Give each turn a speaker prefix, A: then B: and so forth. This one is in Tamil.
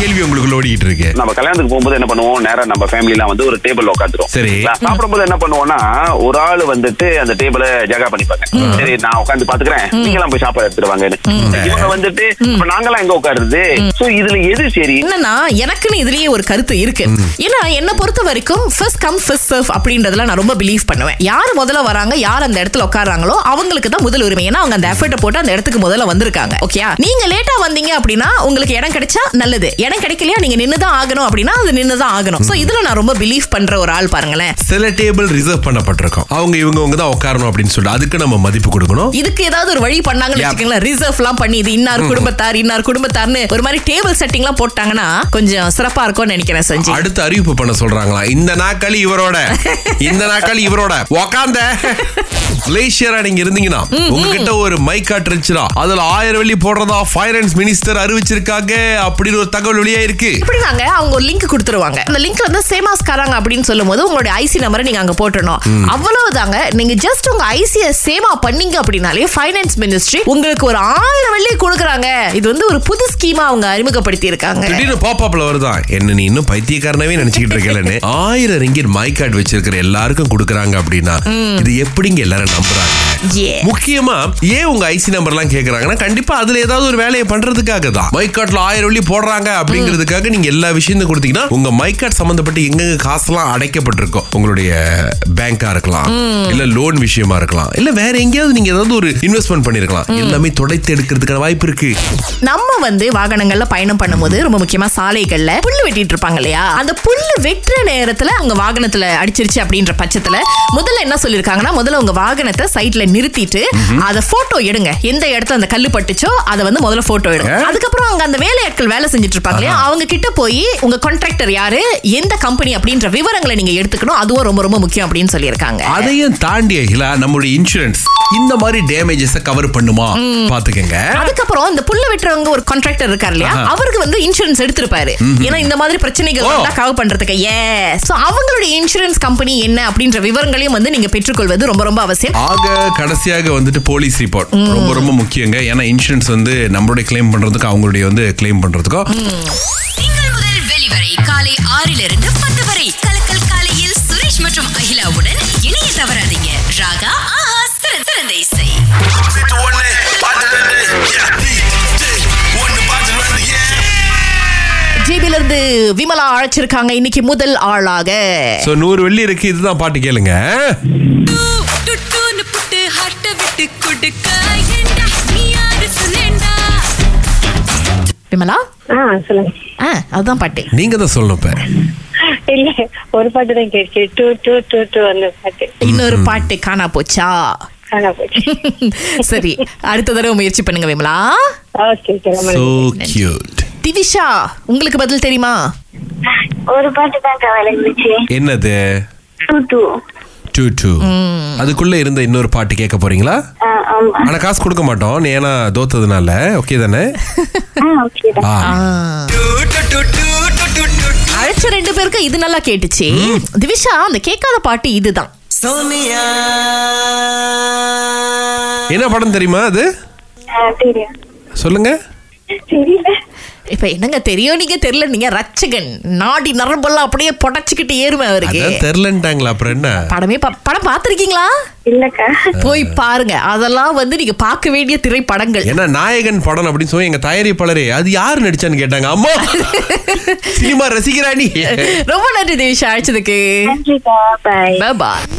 A: கேள்வி உங்களுக்கு ஓடிக்கிட்டு இருக்கு
B: நம்ம கல்யாணத்துக்கு போகும்போது என்ன பண்ணுவோம் நேரா நம்ம ஃபேமிலிலாம் வந்து ஒரு டேபிள் உட்காந்துரும்
A: சரி.
B: நான் சாப்பிடும்போது என்ன பண்ணுவோம்னா ஒரு ஆள் வந்துட்டு அந்த டேபிளை ஜகா பண்ணிப்பாங்க சரி நான் உட்காந்து பாத்துக்கிறேன் நீங்களாம் போய் சாப்பாடு எடுத்துருவாங்கன்னு இவங்க வந்துட்டு இப்ப நாங்களாம் எங்க உட்காருது சோ இதுல எது சரி
C: என்னன்னா எனக்குன்னு இதுலயே ஒரு கருத்து இருக்கு ஏன்னா என்ன பொறுத்த வரைக்கும் ஃபர்ஸ்ட் கம் ஃபர்ஸ்ட் சர்வ் அப்படின்றதுல நான் ரொம்ப பிலீவ் பண்ணுவேன் யார் முதல்ல வராங்க யார் அந்த இடத்துல உட்காராங்களோ அவங்களுக்கு தான் முதல் உரிமை ஏன்னா அவங்க அந்த எஃபர்ட்டை போட்டு அந்த இடத்துக்கு முதல்ல வந்திருக்காங்க ஓகேயா நீங்க லேட்டா வந்தீங்க அப்படின்னா உங்களுக்கு இடம் கிடைச்சா நல்லது இடம் கிடைக்கலையா நீங்க நின்னு தான் ஆகணும் அப்படின்னா அது நின்னு தான் ஆகணும் சோ இதுல நான் ரொம்ப பிலீவ் பண்ற ஒரு ஆள் பாருங்களேன்
A: சில டேபிள் ரிசர்வ் பண்ணப்பட்டிருக்கும் அவங்க இவங்கவங்க தான் உட்காரணும் அப்படின்னு சொல்லிட்டு அதுக்கு நம்ம மதிப்பு கொடுக்கணும்
C: இதுக்கு ஏதாவது ஒரு வழி பண்ணாங்கன்னு
A: Yeah.
C: வச்சுக்கோங்களேன் ரிசர்வ் எல்லாம் பண்ணி இது இன்னார் குடும்பத்தார் இன்னார் குடும்பத்தார்னு ஒரு மாதிரி டேபிள் செட்டிங் எல்லாம் போட்டாங்கன்னா கொஞ்சம் சிறப்பா இருக்கும்னு நினைக்கிறேன் செஞ்சு
A: அடுத்து அறிவிப்பு பண்ண சொல்றாங்களா இந்த நாட்கள் இவரோட இந்த நாட்கள் இவரோட உக்காந்த மலேசியரா நீங்க இருந்தீங்கன்னா உங்ககிட்ட ஒரு மைக் காட்டுருச்சுனா அதுல ஆயிரம் வெள்ளி போடுறதா ஃபைனான்ஸ் மினிஸ்டர் அறிவிச்சிருக்காங்க அப்படின்னு ஒரு தகவல் வெளியா இருக்கு
C: எப்படினாங்க அவங்க ஒரு லிங்க் கொடுத்துருவாங்க அந்த லிங்க் வந்து சேமாஸ்காராங்க அப்படின்னு சொல்லும்போது உங்களுடைய ஐசி நம்பரை நீங்க அங்க போட்டுடணும் அவ்வளவுதாங்க நீங்க ஜஸ்ட் உங்க ஐசிய சேமா பண்ணீங்க அப்படின்னாலே ஃபைனான்ஸ் மினிஸ்ட்ரி உங்களுக்கு ஒரு ஆயிரம் வெள்ளி கொடுக்குறாங்க இது வந்து ஒரு புது ஸ்கீமா அவங்க அறிமுகப்படுத்தி இருக்காங்க
A: திடீர்னு பாப்பாப்ல வருதான் என்ன நீ இன்னும் பைத்தியக்காரனவே நினைச்சுக்கிட்டு இருக்கலன்னு ஆயிரம் ரிங்கிட் மைக் கார்டு வச்சிருக்கிற எல்லாருக்கும் கொடுக்குறாங்க அப்படின்னா இது எப்படிங்க எல்லாரும் நம்புறாங்க
C: Yeah.
A: முக்கியமா ஏன் உங்க ஐசி நம்பர் எல்லாம் கேக்குறாங்கன்னா கண்டிப்பா அதுல ஏதாவது ஒரு வேலையை பண்றதுக்காக தான் மைக் கார்ட்ல ஆயிரம் வெள்ளி போடுறாங்க அப்படிங்கிறதுக்காக நீங்க எல்லா விஷயத்தையும் கொடுத்தீங்கன்னா உங்க மைக் கார்டு சம்பந்தப்பட்டு எங்கெங்க காசெல்லாம் அடைக்கப்பட்டிருக்கும் உங்களுடைய பேங்கா இருக்கலாம் இல்ல லோன் விஷயமா இருக்கலாம் இல்ல வேற எங்கேயாவது நீங்க ஏதாவது ஒரு இன்வெஸ்ட்மெண்ட் பண்ணிருக்கலாம் எல்லாமே தொடைத்து எடுக்கிறதுக்கான வாய்ப்பு இருக்கு
C: நம்ம வந்து வாகனங்கள்ல பயணம் பண்ணும்போது ரொம்ப முக்கியமா சாலைகள்ல புல்லு வெட்டிட்டு இருப்பாங்க இல்லையா அந்த புல்லு வெட்டுற நேரத்துல அவங்க வாகனத்துல அடிச்சிருச்சு அப்படின்ற பட்சத்துல முதல்ல என்ன சொல்லிருக்காங்கன்னா முதல்ல உங்க வாகனத்தை சைட்ல நிறுத்திட்டு அத போட்டோ எடுங்க எந்த இடத்துல அந்த கல்லு பட்டுச்சோ அதை வந்து முதல்ல போட்டோ எடுங்க அதுக்கப்புறம் அவங்க அந்த வேலையாட்கள் வேலை செஞ்சுட்டு இருப்பாங்க இல்லையா அவங்க கிட்ட போய் உங்க கான்ட்ராக்டர் யாரு எந்த கம்பெனி அப்படின்ற விவரங்களை நீங்க எடுத்துக்கணும் அதுவும் ரொம்ப ரொம்ப முக்கியம் அப்படின்னு சொல்லியிருக்காங்க
A: அதையும் தாண்டி அகிலா நம்மளுடைய இன்சூரன்ஸ் இந்த மாதிரி டேமேஜஸ் கவர் பண்ணுமா பாத்துக்கங்க
C: அதுக்கப்புறம் இந்த புல்ல வெட்டுறவங்க ஒரு கான்ட்ராக்டர் இருக்கார் இல்லையா
A: ஆஹா.
C: அவருக்கு வந்து இன்சூரன்ஸ் எடுத்திருப்பாரு ஏன்னா இந்த மாதிரி பிரச்சனைகள்
A: ஓ.
C: வந்தா கவர் பண்றதுக்கு ஏ சோ அவங்களுடைய இன்சூரன்ஸ் கம்பெனி என்ன அப்படின்ற விவரங்களையும் வந்து நீங்க பெற்றுக்கொள்வது ரொம்ப ரொம்ப அவசியம்
A: ஆக கடைசியாக வந்துட்டு போலீஸ் ரிப்போர்ட் ரொம்ப ரொம்ப முக்கியங்க ஏன்னா இன்சூரன்ஸ் வந்து நம்மளுடைய கிளைம் பண்றதுக்கும் அவங்களுடைய வந்து கிளைம் பண்றதுக்கும்
D: திங்கள் முதல் வெளிவரை காலை ஆறிலிருந்து பத்து வரை கலக்கல் காலையில் சுரேஷ் மற்றும் அகிலாவுடன் இணைய தவறாதீங்க ராகா ஆஹா சிறந்த சிறந்த இசை
E: Fit one day, body ready, yeah. DJ, one the body ready, yeah.
C: ஜிபில இருந்து விமலா அழைச்சிருக்காங்க இன்னைக்கு முதல் ஆளாக
A: சோ நூறு வெள்ளி இருக்கு இதுதான் பாட்டு கேளுங்க
D: டுட்டுன்னு புட்டு ஹட்ட விட்டு கொடுக்க ஏண்டா நீ யாரு சொன்னேன்டா
C: விமலா
F: ஆ சொல்லுங்க
C: ஆ, அதுதான் பாட்டு
A: நீங்க தான் சொல்லணும் இப்ப
F: இல்ல ஒரு பாட்டு தான் கேட்டு டூ டூ டூ டூ அந்த பாட்டு
C: இன்னொரு பாட்டு காணா போச்சா
F: காணா போச்சு
C: சரி அடுத்த தடவை முயற்சி பண்ணுங்க Vimala
F: okay
A: so cute
C: Divisha உங்களுக்கு பதில் தெரியுமா
G: ஒரு பாட்டு தான் விளைஞ்சிச்சு
A: என்னது
G: டூ டூ
A: டூ டூ அதுக்குள்ள இருந்த இன்னொரு பாட்டு கேட்க போறீங்களா
G: ஆமா
A: ஆனா காசு கொடுக்க மாட்டோம் நீ ஏன்னா தோத்ததுனால ஓகே தானே
G: ஓகே தான்
A: ஆ.
C: அழைச்ச ரெண்டு பேருக்கு இது நல்லா கேட்டுச்சு திவிஷா அந்த கேட்காத பாட்டு இதுதான்
A: என்ன படம் தெரியுமா அது
G: ஆ, தெரியும்
A: சொல்லுங்க
G: தெரியல
C: இப்ப என்னங்க தெரியும் நீங்க தெரியல நீங்க ரச்சகன் நாடி நரம்பெல்லாம் அப்படியே புடச்சுக்கிட்டு ஏறுமே அவருக்கு
A: அதான் தெரிலன்ட்டாங்களா அப்புறம் என்ன
C: படமே பா- படம் பாத்திருக்கீங்களா
G: இல்லக்கா
C: போய் பாருங்க அதெல்லாம் வந்து நீங்க பார்க்க வேண்டிய திரைப்படங்கள்
A: ஏன்னா நாயகன் படம் அப்படின்னு சொல்லி எங்க தயாரிப்பாளரே அது யாரு நடிச்சான்னு கேட்டாங்க அம்மா சினிமா ரசிகராணி
C: ரொம்ப நன்றி திவிஷா அழைச்சதுக்கு
G: நன்றிக்கா பாய்
C: பாய்